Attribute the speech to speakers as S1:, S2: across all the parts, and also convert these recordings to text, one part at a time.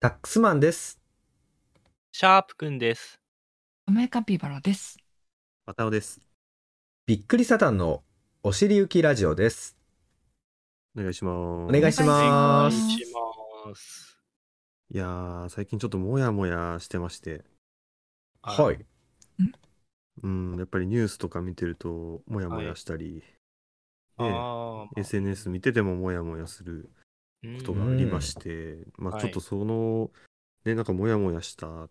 S1: タックスマンです。
S2: シャープくんです。
S3: 梅カピバラです。
S4: わたおです。
S1: びっくりサタンのお尻行きラジオです。
S4: お願いします。
S1: お願いしま
S2: お願
S1: す
S2: いします。
S4: いやー、最近ちょっとモヤモヤしてまして、
S1: は。
S2: はい
S4: うん、やっぱりニュースとか見てると、モヤモヤしたり、
S2: あ
S4: ね
S2: ー、
S4: SNS 見ててもモヤモヤする
S2: うん
S4: ことがありまして、ま
S2: は
S4: あ
S2: い
S4: ちょっとその、ね、なんかモヤモヤした、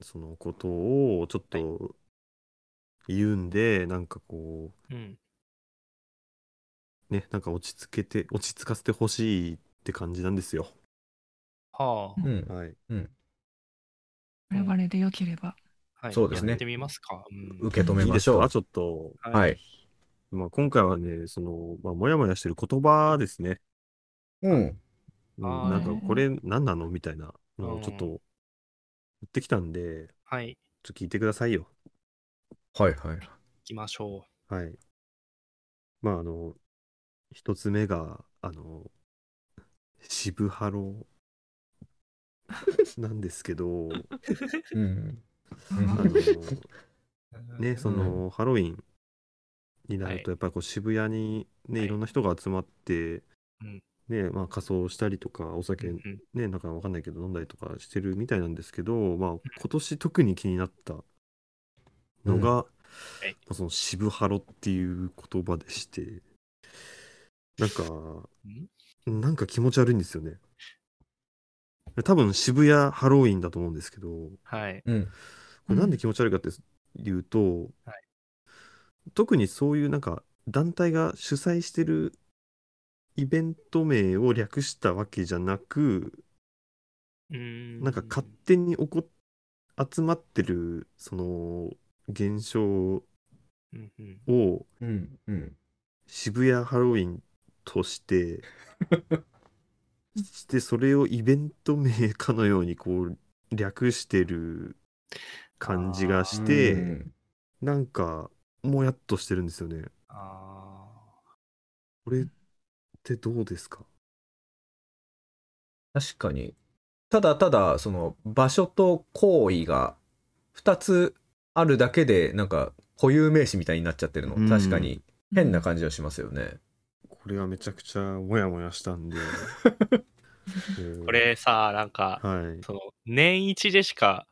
S4: そのことをちょっと言うんで、なんかこ
S2: うん
S4: う、ね、なんか落ち着けて、落ち着かせてほしいって感じなんですよ。
S2: は
S1: うん。
S4: はい。
S3: 我々で良ければ。
S2: あ、はい
S1: そうですね
S2: やってみますか。うん
S1: 受け止め
S4: いい
S1: ま
S4: で
S1: し
S4: す
S1: ょう。
S4: かちょっと、
S1: は
S2: はいい。
S4: まあ今回はね、その、まあモヤモヤしてる言葉ですね。
S1: うん。
S4: うん
S2: あー
S4: なんかこれ何なのみたいなのをちょっと
S2: うん
S4: 言ってきたんで、
S2: はい。行
S4: ちょっと聞いてくださいよ。
S1: はいはい。
S2: きましょ
S4: はい。まああの、一つ目が、あの、渋ハロ なんですけ
S1: う
S4: ど、
S1: ん。
S4: あの、
S2: う。
S4: ね、その、ハロウィンになると、やっぱりこう渋谷にね、
S2: はい
S4: いろんな人が集まって
S2: うん、
S4: ね、まあ仮装したりとか、お
S2: う
S4: 酒
S2: んうん
S4: ね、なんかわかんないけど飲んだりとかしてるみたいなんですけど、まあ、今年特に気になったのが、ま
S2: い
S4: あその渋ハロっていう言葉でして、なんか、なんか気持ち悪いんですよね。多分渋谷ハロウィンだと思うんですけど、こ
S2: はい。
S1: うん。
S4: れなんで気持ち悪いかっていうと、
S2: は
S4: 特にそういうなんか団体が主催してるイベント名を略したわけじゃなく、
S2: な
S4: なんか勝手に起こ集まってるその現象
S2: うんうん
S4: を
S1: うん。うん。
S4: 渋谷ハロウィンとして してそれをイベント名かのようにこう略してる感じがし
S1: う
S4: て
S1: ん
S4: なんかもやっとしてるんですよね。
S2: あ
S4: これってどうですか
S1: 確かに。ただただ、その場所と行為が2つあるだけで、なんか固有名詞みたいになっちゃってるの。
S4: うん
S1: 確かに変な感じはしますよね。
S4: これはめちゃくちゃモヤモヤした んで。
S2: ーこれさ、なんか、
S4: はい
S2: その、年一でしか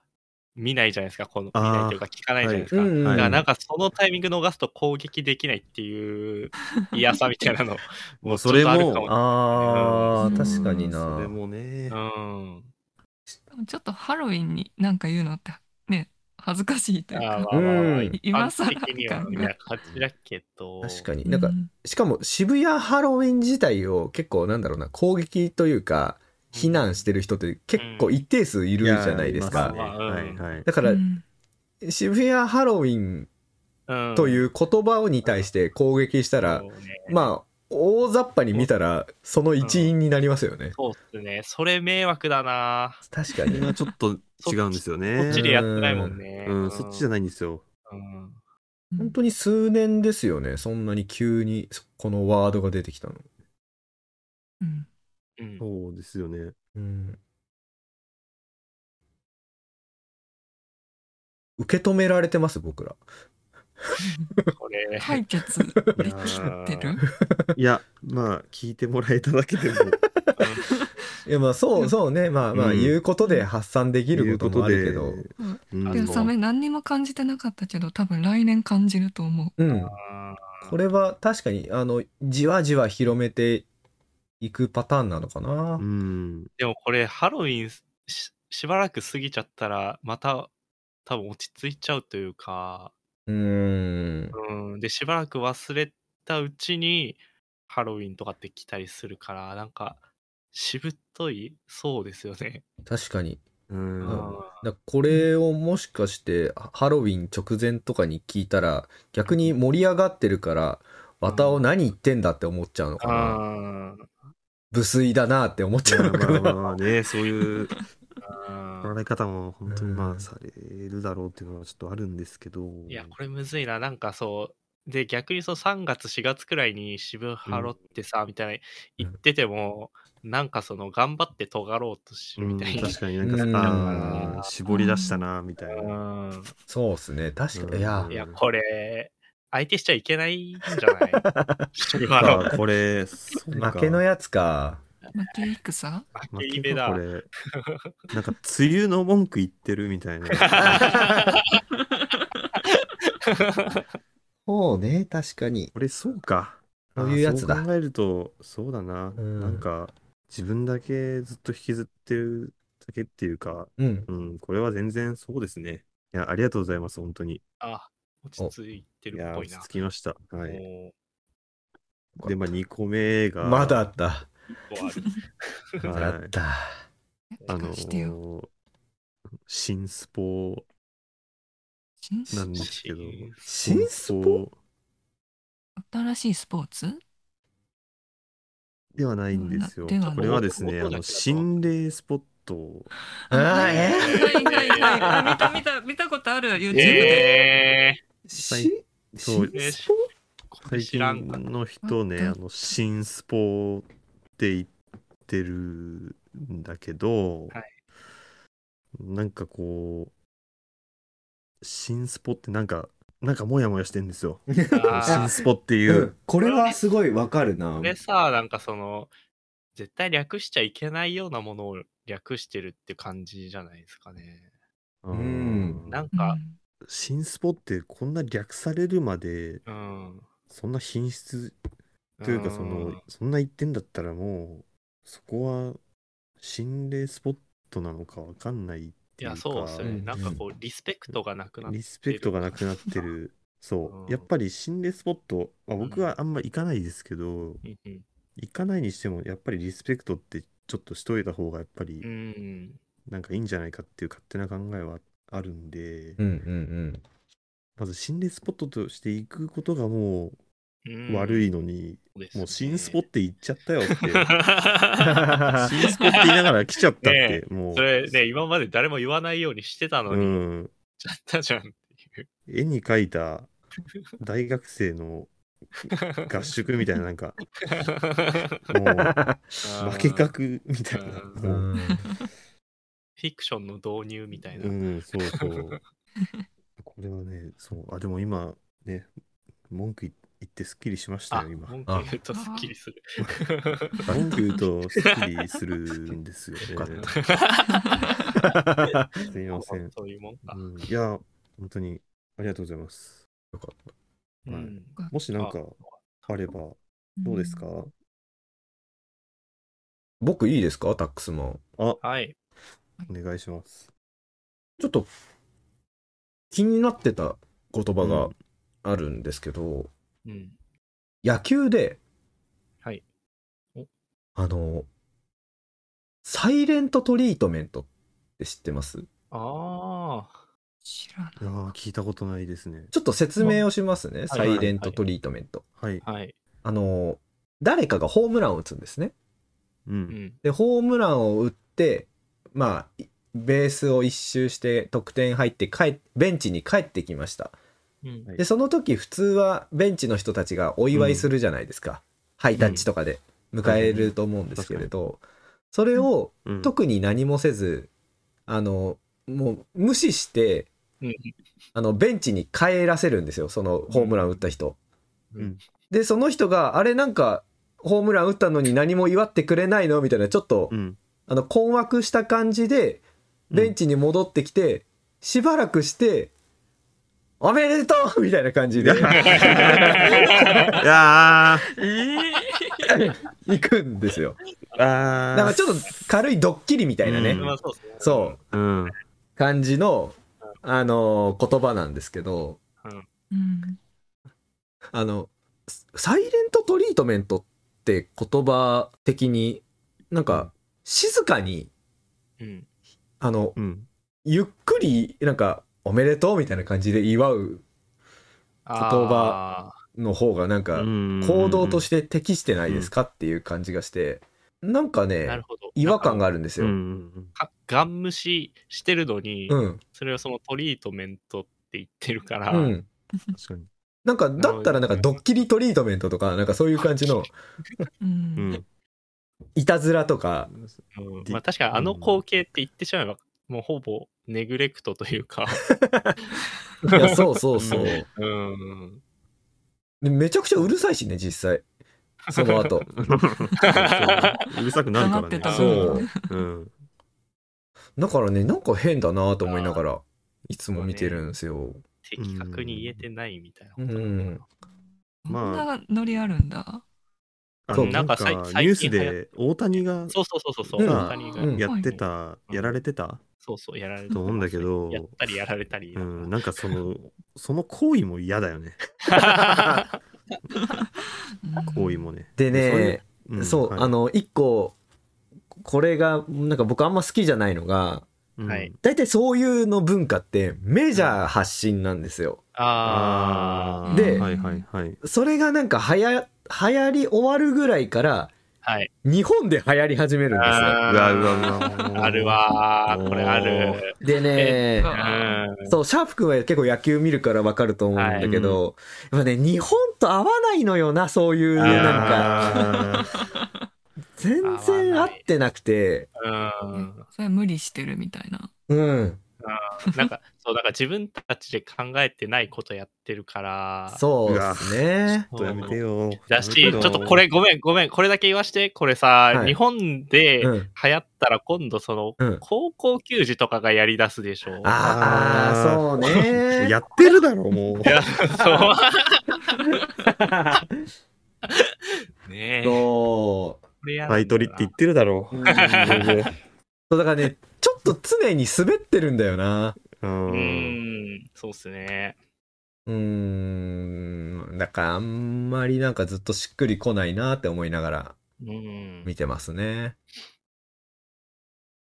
S2: 見ないじゃないですか。この、見な
S4: あー
S2: いというか聞かないじゃないですか。
S1: はいうん
S2: だから
S4: はい
S2: なんかそのタイミング逃すと攻撃できないっていう嫌さみたいなの
S4: もうそれ
S2: ちょっとあるか
S4: も
S2: も
S1: あ
S3: う
S1: ー、
S3: ん
S1: 確かに
S4: それ
S1: な。
S4: もね
S2: う。ん。
S3: ちょっとハロウィンになんか言うのってね、恥ずかしいという
S2: あー
S3: か。
S2: まあまあまあ
S1: うん
S2: 一般的には
S3: 今更
S2: みたいな感じだけど。
S1: 確か
S2: に。
S1: に。なんか
S3: う、
S1: しかも渋谷ハロウィン自体を結構なんだろうな攻撃というか非難してる人って結構一定数いるじゃないですか、
S2: いやーいますね
S4: はいはい。
S1: だから
S3: うん
S1: 渋谷ハロウィン
S2: うん
S1: という言葉に対して攻撃したら、
S2: そうね
S1: まあ大雑把に見たらその一員になりますよね、
S2: そうっすね。それ迷惑だな。
S1: 確か
S4: これ
S1: に
S4: はちょっと違うんですよね。
S2: こっちでやってないもんね。
S4: うん、そっちじゃ
S2: ない。
S4: ないんですよ。
S2: うん
S1: 本当に数年ですよねそんなに急にそこのワードが出てきたの、
S3: うん
S2: うん
S4: そうですよね。
S1: うん受け止められてます僕ら
S2: これ。
S3: 解決できてる
S4: いや、まあ、聞いてもらえただけでも、
S1: いやまあそうそうねまあまあ
S4: うん
S1: 言うことで発散でき
S4: いう
S1: る
S4: こ
S1: こと
S4: と
S1: もある
S4: で
S1: けど、。
S4: うん
S2: あ
S3: いや、
S2: の
S3: サメ何にも感じてなかったけど、多分来年感じると思
S1: うん
S2: あ
S1: これは確かにあのじわじわ広めていくパターンなのかな、
S4: う
S2: ー
S4: ん。
S2: でもこれ、ハロウィンししばらく過ぎちゃったら、また多分落ち着いちゃうというか、
S1: うーん
S2: うん。で、しばらく忘れたうちに、ハロウィンとかって来たりするから、なんか、しぶといそうですよね。
S1: 確かに
S4: うん
S1: ん
S2: あ
S1: だこれをもしかしてハハロウィン直前とかに聞いたら逆に盛り上がってるから綿尾何言ってんだって思っちゃうのかな
S2: あー。
S1: 無粋だなって思っちゃうの
S4: ま
S1: か
S4: あまあ
S1: な、
S4: まあまあ ね、そういう
S2: あー
S4: 捉え方も本当にま
S1: うん
S4: あされるだろうっていうのはちょっとあるんですけど、
S2: いや、これむずいな。なんかそう、で、逆にその3月、4月くらいに渋ハロってさ、みたいな言ってても、なんかその頑張って尖ろうとするみたい
S4: うん
S2: な。
S4: 確かになんか
S1: うん
S4: あー絞り出したなみたいな。
S2: うん
S1: そうですね。確か
S4: うん
S1: に。いや
S2: い、や、これ、相手しちゃいけないんじゃない 渋ハロ。
S4: あこれ、そうか
S1: 負けのやつか。
S3: 負け戦
S2: 負け
S4: 負
S2: イベ
S4: け
S2: だ
S4: かこ。れ。 なんか、梅雨の文句言ってるみた いな。
S1: そうね、確かに。
S4: これ、そうか。
S1: そういうやつだ
S4: あーそう考えると、そうだな。
S1: うん
S4: なんか、自分だけずっと引きずってるだけっていうか、
S1: うん。
S4: うん、これは全然そうですね。いや、ありがとうございます、本当に。
S2: あ、落ち着いて
S4: い
S2: る
S4: や
S2: っ
S4: ー、
S2: ぽい
S4: 落ち
S2: な。
S4: 着きました。はい。
S2: も
S4: で、まあ、2個目が、
S1: まだあった。
S2: う、一個ある。
S1: まだあ
S4: は
S1: っ
S4: い、
S1: た。
S4: あ
S3: と
S4: の
S3: かしてよ。
S4: ー、新スポ
S3: 新
S4: なんですけど、
S1: 新スポ
S3: 新しいスポーツ
S4: ではないんですよ。
S3: ではない
S4: これはですね、あ
S2: 音だけだと
S4: の心霊スポット。
S1: あー
S3: はい
S1: え
S3: はいはいはいあ見た見た、見たことある YouTube で。
S2: え
S1: 新
S4: そう
S1: 新スポ。
S2: ー、これ
S4: 最
S2: 知
S4: 近
S2: らんかった。
S4: の人ね、
S3: あ
S4: あ
S3: った
S4: の新スポって言ってるんだけど、
S2: はい
S4: なんかこう、新スポってなんか、なんかモヤモヤしてんですよ。
S2: あー
S4: 新スポっていううん
S1: これはすごいわかるな
S2: こ。れさ、なんかその、絶対略しちゃいけないようなものを略してるって感じじゃないですかね。
S4: あー
S1: うん
S2: なん
S3: う
S2: か、
S3: ん
S4: 新スポってこんな略されるまで、
S2: うん。
S4: そんな品質というかその
S2: ん
S4: そんな言ってんだったらもうそこは心霊スポットなのかわかんないって
S2: い
S4: いう
S2: や、
S4: か
S2: そうですよね。
S1: うん
S2: なんかこう、リスペクトがなくなってる。
S4: リスペクトがなくなってるそう、
S2: うん
S4: やっぱり心霊スポット、まあ、僕はあんま行かないですけど、
S2: うんうん。
S4: 行かないにしてもやっぱりリスペクトってちょっとしといた方がやっぱ
S2: う
S4: り
S2: ん。
S4: なんかいいんじゃないかっていう勝手な考えはあるんで、
S1: うんうん
S4: まず心霊スポットとして行くことがも
S2: うん
S4: う悪いのに、もう新スポっ
S2: ト。
S4: て行っちゃったよって
S1: うん。
S4: 新スポって言いながら来ちゃ ったっ
S2: ね
S4: て、も う
S2: それね、今まで誰も言わないようにしてたの
S4: う
S2: に、
S4: ん、
S2: ちゃったじゃんっ ていう。
S4: 絵に描いた大学生の 合宿みたいななん かもう負け格みたいな
S2: う
S4: も
S1: う
S4: う
S1: ん
S2: フィクションの導入みたいな。
S4: うんそうそう これはねそうあでも今ね文句言言ってすっきりしました
S2: あ、
S4: よ今
S2: 文句言うとスッキリする。
S4: 文句言うとすっきりするんですよね
S1: かっ
S4: すいません、
S2: そういうもんか。
S4: うん、いや本当にありがとうございます
S1: よかっ
S4: うん
S2: うん
S4: もしなんかあればどうですか、
S1: 僕いいですかタックスマン。
S4: あ
S2: はい。
S4: お願いします
S1: ちょっと気になってた言葉
S4: う
S1: が
S4: ん
S1: あるんですけど、
S2: うん。
S1: 野球で、
S2: はいお
S1: あの、サイレントトリートメントって知ってます
S2: ああ。
S3: 知らない。
S4: いやー聞いたことないですね
S1: ちょっと説明をしますね。
S2: い
S1: サイレントトリートメント。
S4: はい
S2: はい。
S1: あの、誰かがホームランを打つんですね。
S4: う
S2: うんん。
S1: で、ホームランを打って、まあ、いベースを一周して得点入って帰っベンチに帰ってきました。
S2: うん
S4: はい
S1: で、その時普通はベンチの人たちがお祝いするじゃないですか。ハイタッチとかで迎えると思うんですけれど、それを
S4: うん
S1: 特に何もせず、あの、もう無視して、
S2: うん
S1: あの、ベンチに帰らせるんですよ、そのホームラン打った人。
S4: うん
S1: で、その人が、あれなんか、ホームラン打ったのに何も祝ってくれないのみたいな、ちょっと、
S4: うん
S1: あの、困惑した感じで、ベンチに戻ってきて、しばらくして、おめでとうみたいな感じ で
S4: いやー
S3: ええ
S1: 行くんですよ。
S4: あー
S1: なんかちょっと軽いドッキリみたいなね、
S4: うん
S2: まあそうですね。
S1: そう、
S4: うん
S1: 感じの、あのー言葉なんですけど、
S3: うん。
S1: あの、サイレントトリートメントって言葉的に、なんか、静かに、
S2: うん。
S1: あの、
S4: うん
S1: ゆっくり、なんか、おめでとうみたいな感じで祝う
S2: 言
S1: 葉。の方が、なんか、行動として適してないですかっていう感じがして、なんか
S2: なる
S1: ね、
S2: ほど。
S1: 違和感が
S2: あ
S1: あるんです
S4: うん
S1: よ
S4: う。ん
S2: ガン無視してるのに、
S1: うん。
S2: それをそのトリートメントって言ってるから、
S1: うん。
S4: 確かに
S1: なんか、だったらなんかドッキリトリートメントとか、なんかそういう感じの
S3: う。
S4: うんん。
S1: いたずらとか、
S2: うん
S4: で
S2: まあ、確かにあの光景って言ってしまえば、もうほぼネグレクトというか、
S1: いや、そうそうそう。
S4: うん
S2: うん、
S1: でめちゃくちゃうるさいしね、実際。その後。
S4: うるさくなるから
S3: 黙って
S4: ね。
S3: た
S1: そ
S3: 分
S1: う。
S4: うん。
S1: だからね、なんか変だなと思いながら、いつも見てるんですよ。
S2: 的確に言えてないみたいなこと
S1: うん
S3: こ
S4: まあ
S3: んなノリあるんだ。
S4: あ
S1: そ
S4: の
S1: う
S4: なんか
S2: な
S4: ニ
S2: んか最
S4: ュース
S2: 最近流行
S4: で大谷が
S2: そうそうそうそうそう、
S1: うん
S2: 大谷が
S1: うん
S4: やってた、
S2: うん
S4: やられてた、
S2: そうそうやられて
S4: と思うんだけど
S2: やったりやられたり
S4: う。ん、なんかその、その行為も嫌だよね。
S3: うん
S4: 行為もね。
S1: で
S4: そう
S1: ね
S4: い、うん
S1: そう、
S4: はい
S1: あの、一個、これが、なんか僕あんま好きじゃないのが、
S4: うん
S2: はい
S1: 大体そういうの文化ってメジャー発信なんですよ。
S2: あ
S4: あー
S3: ーで
S4: はいはいはい。
S1: それがなんかはや、流行り終わるぐらいから、
S2: あ、はい。
S1: 日本で流行り始めるんですよ。
S4: うわうわうわ。
S2: ある。わー、これある。
S1: でね、
S2: う。
S3: うん
S1: そう、シャープ君は結構野球見るからわかると思うんだけど、やっぱね、日本と合わないのよな、そういう、
S2: あー
S1: なんか、
S4: か。
S1: 全然合ってなくて、
S2: うん。
S3: それは無理してるみたいな。
S1: うん、
S2: なんか、そう、なんか自分たちで考えてないことやってるから。
S1: そうですね。
S4: ちょっとやめてよ。
S2: だし、ちょっとこれごめん、ごめん、これだけ言わして、これさ、
S1: はい
S2: 日本で
S1: う
S2: 流
S1: ん。
S2: 行ったら今度その、
S1: うん
S2: 高校球児とかがやり出すでしょ。
S1: ああ、そう ね。
S4: やってるだろ、もう
S2: い。や、そう。ねえ。
S1: そう。
S2: これやるんだな
S4: 買い取りって言ってるだろう。
S1: そうだからね、ちょっと常に滑ってるんだよな。
S4: う。
S2: うんん、そうっすね。
S1: うーん、だからあんまりなんかずっとしっくりこないなって思いながら
S2: うん。
S1: 見てますね。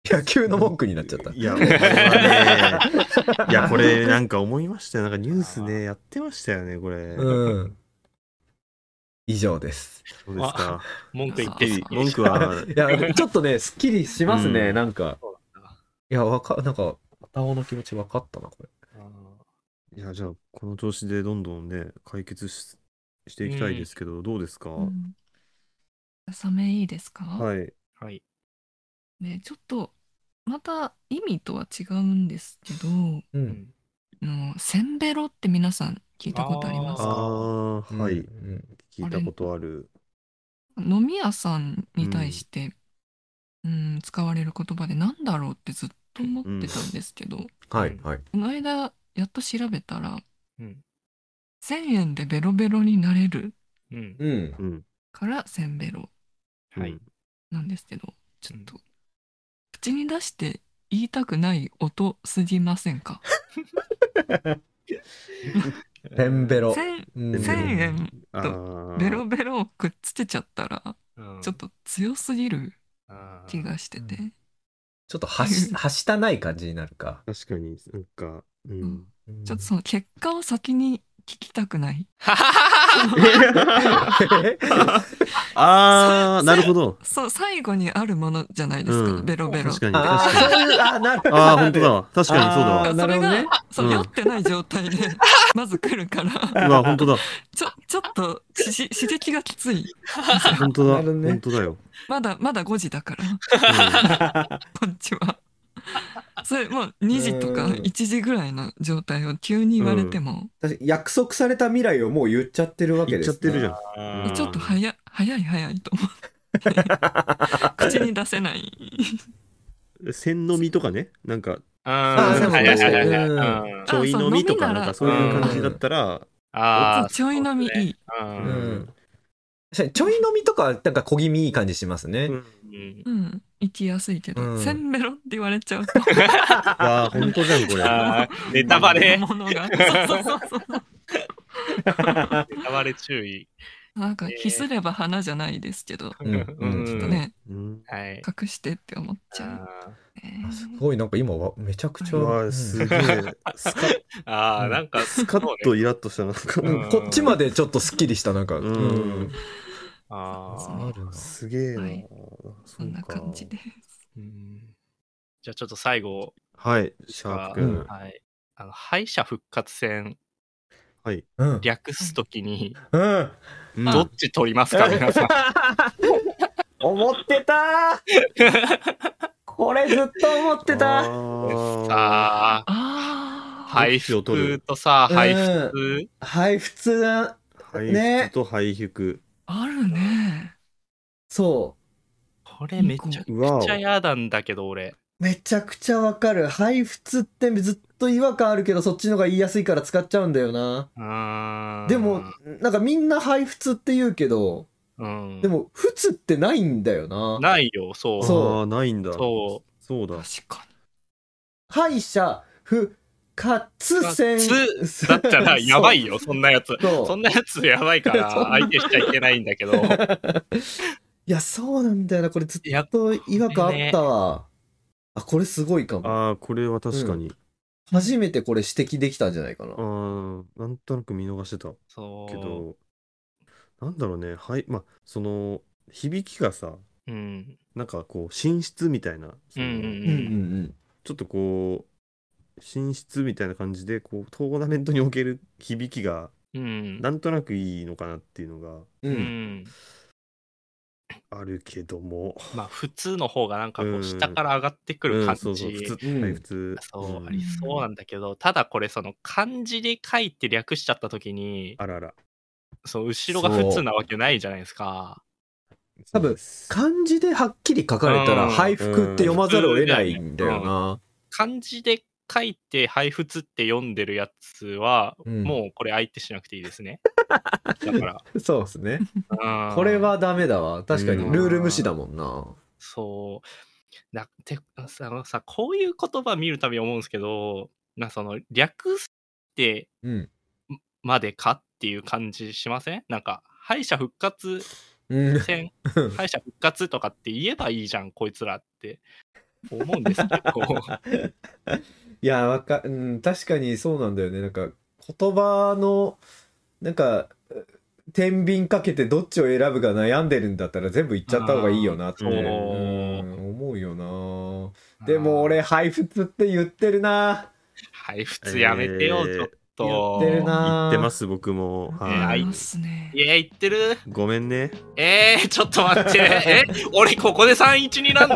S1: 野球の文句になっちゃった。
S4: いや、俺はね、いや、これなんか思いましたよ。なんかニュースね、やってましたよね、これ。
S1: うん。以上です。
S4: そうですか。
S2: 文句言ってる。
S4: 文句は、
S1: い や、ちょっとね、すっきりしますね、
S4: うん
S1: なんか
S2: そうなんだ。
S1: いや、わか、なんか、片尾の気持ちわかったな、これ。
S4: いや、じゃあ、この調子でどんどんね、解決ししていきたいですけど、どうですか、
S3: うんサメいいですか、
S4: はい。
S2: はい。
S3: ねちょっとまた意味とは違うんですけど
S1: う。
S2: うんん。
S3: あのせんべろって皆さん聞いたことあります
S4: あ
S2: ー
S3: か
S4: あー、はい。
S1: うん
S4: 聞いたことある。
S3: 飲み屋さんに対して、うん、使われる言葉でなんだろうってずっと思ってたんですけど、
S1: はい、はい。
S3: この間やっと調べたら
S2: うん。
S3: 1,000円でベロベロになれる
S2: うん。
S1: うん。
S4: うん。
S3: からせんべろ
S2: はい。
S3: なんですけどちょっと口に出して言いたくない音すぎませんか
S1: せんべろ。
S3: 千
S1: うん
S3: 千円
S4: あー
S3: ベロベロをくっつけちゃったら
S2: うん
S3: ちょっと強すぎる
S2: あー
S3: 気がしてて、
S1: ちょっとはし、はしたない感じになるか。
S4: 確かになんか、う
S3: うんん。ち ょっとその結果を先に聞きたくない
S4: ああ、なるほど。
S3: そう最後にあるものじゃないですか、
S4: うん
S3: ベロベロ
S4: 確かに、
S1: あ
S4: 確
S1: ー
S4: かに。
S1: そういうあー、なるほど。
S4: ああ、本当だわ。確かにそうだ
S1: あ
S4: わ
S1: ー。
S3: そ
S1: なる
S3: れ
S1: ほど
S3: が、
S1: ね
S3: そう
S4: うん
S3: 酔ってない状態で まず来るから
S4: うわ、本当だ。
S3: ちょちょっとしし刺激がきつい
S4: 本当だ。
S1: なるほどね
S4: 本当だよ。
S3: まだまだ5時だから
S4: うん
S3: こっちは それもう2時とか
S1: うん
S3: 1時ぐらいの状態を急に言われても、
S1: 確かに約束された未来をもう言っちゃってるわけ
S4: 言っ
S1: で
S4: ち
S1: す
S4: ゃってるじゃん。
S2: あ
S4: うん
S2: ー
S3: ちょっと早早い早いと思って口に出せない
S4: 線飲みとかね、なんか、
S2: あ
S4: あーでも
S2: はいはいはいはい
S1: うん
S2: うん
S4: ちょい飲みとか、
S3: あ
S4: なんかそ
S3: そう
S2: う
S4: い
S2: 飲み
S4: う
S2: なら
S4: 感じだったら、
S2: ああ、
S3: ちょい飲みいい、
S2: う。
S4: うんん。
S1: 確かにちょい飲みとか、なんか小気味いい感じしますね。
S2: うん
S3: うん、行きやすいけど、
S1: うん
S3: せんべろって言われちゃうと
S4: わあ、本当じゃん、こ れ。
S2: あーネタバレ、
S3: ものがそうそうそうそう
S2: ネタバレ注意。
S3: なんか
S2: えー
S3: ひすれば花じゃないですけど、
S1: うんうん
S3: ちょっとね
S4: うん。
S2: はい。
S3: 隠してって思っちゃうね、
S1: あすごい、なんか今は、めちゃくちゃ。
S4: うわ
S1: うん
S4: あ、すげえ。スカッ
S2: あ
S1: う
S2: あ、
S1: ん
S2: なんか、
S4: スカッ
S2: そう
S4: と
S2: ね
S4: イラッとしたな。なん
S1: う
S4: か
S1: んこっちまでちょっとスッキリした、なんか。
S4: うん
S1: うん
S2: あ
S1: あ
S2: あ。
S1: るな
S4: すげえな
S3: はい。
S4: そ
S3: そんな感じ
S4: で。
S3: です
S2: うんじゃあちょっと最後、
S4: はい、シャープ
S1: うん
S4: 君。
S2: はい。あの敗者復活戦
S4: はい。
S1: うん。
S2: 略すときに、
S1: うん。
S4: うん
S2: どっち取りますか、皆さ ん。
S1: 思ってたーこれずっと思って
S4: あ
S1: た
S4: ー
S2: さあ、
S3: ああ。
S2: 配布とさ、
S1: うん
S2: 配布、
S1: はい、普通だ
S4: 配布と配服。
S3: あるね。
S1: そ
S2: これめちゃ
S4: うわ
S2: くちゃ嫌なんだけど、俺。
S1: う。めちゃくちゃわかる。はい、普通ってずっと違和感あるけど、そっちの方が言いやすいから使っちゃうんだよな。
S2: うーん
S1: でも、なんかみんなはい、普通って言うけど、
S2: うん、
S1: でも、普通ってないんだよな。
S2: ないよ、そう。
S1: そう
S4: あーないんだ。。
S2: そう
S4: そうだ。
S3: 確か
S1: 敗者不活戦。
S2: つだった らやばいよ、そんなやつ。
S1: そう
S2: そんなやつやばいから、相手しちゃいけないんだ けど。
S1: いや、そうなんだよな。これずっ
S2: いや、
S1: と違和感あったわ。あ、これすごいかも。
S4: ああ、これは確かに。
S1: 初めてこれ指摘できたんじゃないかな。
S4: ああ、なんとなく見逃してた
S2: そう。
S4: けど、なんだろうね。はい。まあ、その、響きがさ、
S2: うん。
S4: なんかこう、寝室みたいな、そ
S2: うんう
S4: の
S1: うんうん
S2: ん
S4: ちょっとこう、寝室みたいな感じで、こう、トーナメントにおける響きが、
S2: うん。うん。
S4: なんとなくいいのかなっていうのが
S1: うん。う。
S2: うんん。
S4: あるけども。
S2: まあ、普通の方がなんかこ
S4: うん
S2: う、下から上がってくる
S4: う
S2: 感
S4: ん、そうそう、普
S2: じ。
S4: 通、はい、普通。
S2: そうう、
S4: ん
S2: ありそうなんだけど、ただこれ、その漢字で書いて略しちゃったときに、
S4: あらあら。
S2: その後ろが普通なわけないじゃないですか。
S1: 多分
S4: そう
S1: 漢字ではっきり書かれた
S2: う
S1: ら、
S2: ん
S1: 配服って読まざるを得ないんだよな。
S2: 漢字で書いて、配布つって読んでるやつは、
S1: うん
S2: もうこれ相手しなくていいで すね。だから。
S1: そうですね。
S2: うん
S1: これはダメだわ。確かに、
S4: うん
S1: ルール無視だもんな。
S2: そう。なてあのさ、こういう言葉見るたび思うんですけど、なその略して
S1: うん。
S2: までかっていう感じしませんなんか、敗者復活
S1: うん。
S2: 戦、敗者復活とかって言えばいいじゃん、こいつらって思うんですけ ど。
S1: いや、わか、うん、確かにそうなんだよね。なんか、言葉の、なんか、天秤かけてどっちを選ぶか悩んでるんだったら全部言っちゃった方がいいよなって、
S4: あー
S2: そう
S1: うん思うよな。でも俺、
S2: あー、
S1: 配布って言ってるな。
S2: 配布やめてよ、
S4: えー
S2: ちょっと。
S1: 言ってるな
S4: 言ってます、僕も。
S3: に。
S4: は
S3: あ
S2: い
S3: り
S4: い
S3: ま。すね
S2: い。や、言ってる
S4: ごめんね。
S2: えー、ちょっと待って。え、俺ここで3-1になんの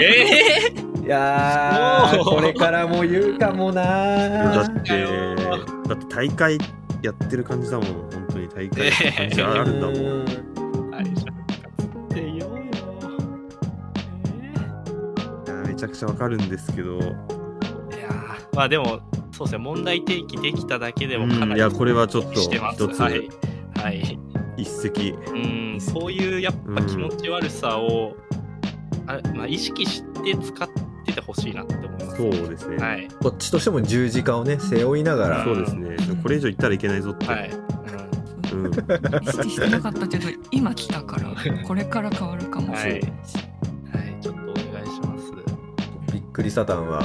S2: えー、
S1: いやー、
S2: もう
S1: これからも言うかも
S4: だ
S1: な
S4: っ。て、だって大会やってる感じだもん。本当に大会って感じあるんだもん。
S1: う
S2: 敗者復活って言おうよ。
S4: いやめちゃくちゃわかるんですけど。
S2: えー、いやーまあでも、そうですね、問題提起できただけでもか
S4: う
S2: なん
S4: い
S2: り
S4: や、これはちょっと
S2: してます。
S4: 一つ、
S2: はい。はい。
S4: 一石。
S2: うん、そういうやっぱ気持ち悪さを、あまあ、意識して使っててほしいなって思います。
S4: そうですね。
S2: はい。
S1: こっちとしても十字架をね、背負いながら。
S4: そうですね。これ以上言ったらいけないぞって。
S2: はい。うん
S4: うん。
S3: 意識してなかったけど、今来たから、これから変わるかもしれないし。
S2: はい、ちょっとお願いします。
S1: びっくりサタンは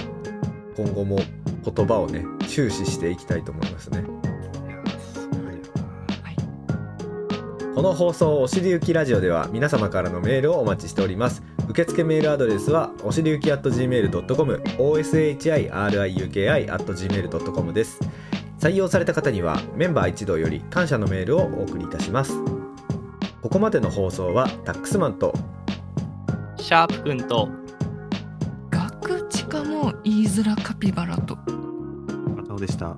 S1: 今後も言葉をね注視していきたいと思いますね
S2: いやーそうだよな
S1: この放送「おしりゆきラジオ」では皆様からのメールをお待ちしております受付メールアドレスはおしりゆき .gmail.com oshiriuki.gmail.com です採用された方にはメンバー一同より感謝のメールをお送りいたしますここまでの放送はタックスマンと
S2: シャープくんと
S3: ガクチカの言いづらカピバラと。
S4: 片尾でした。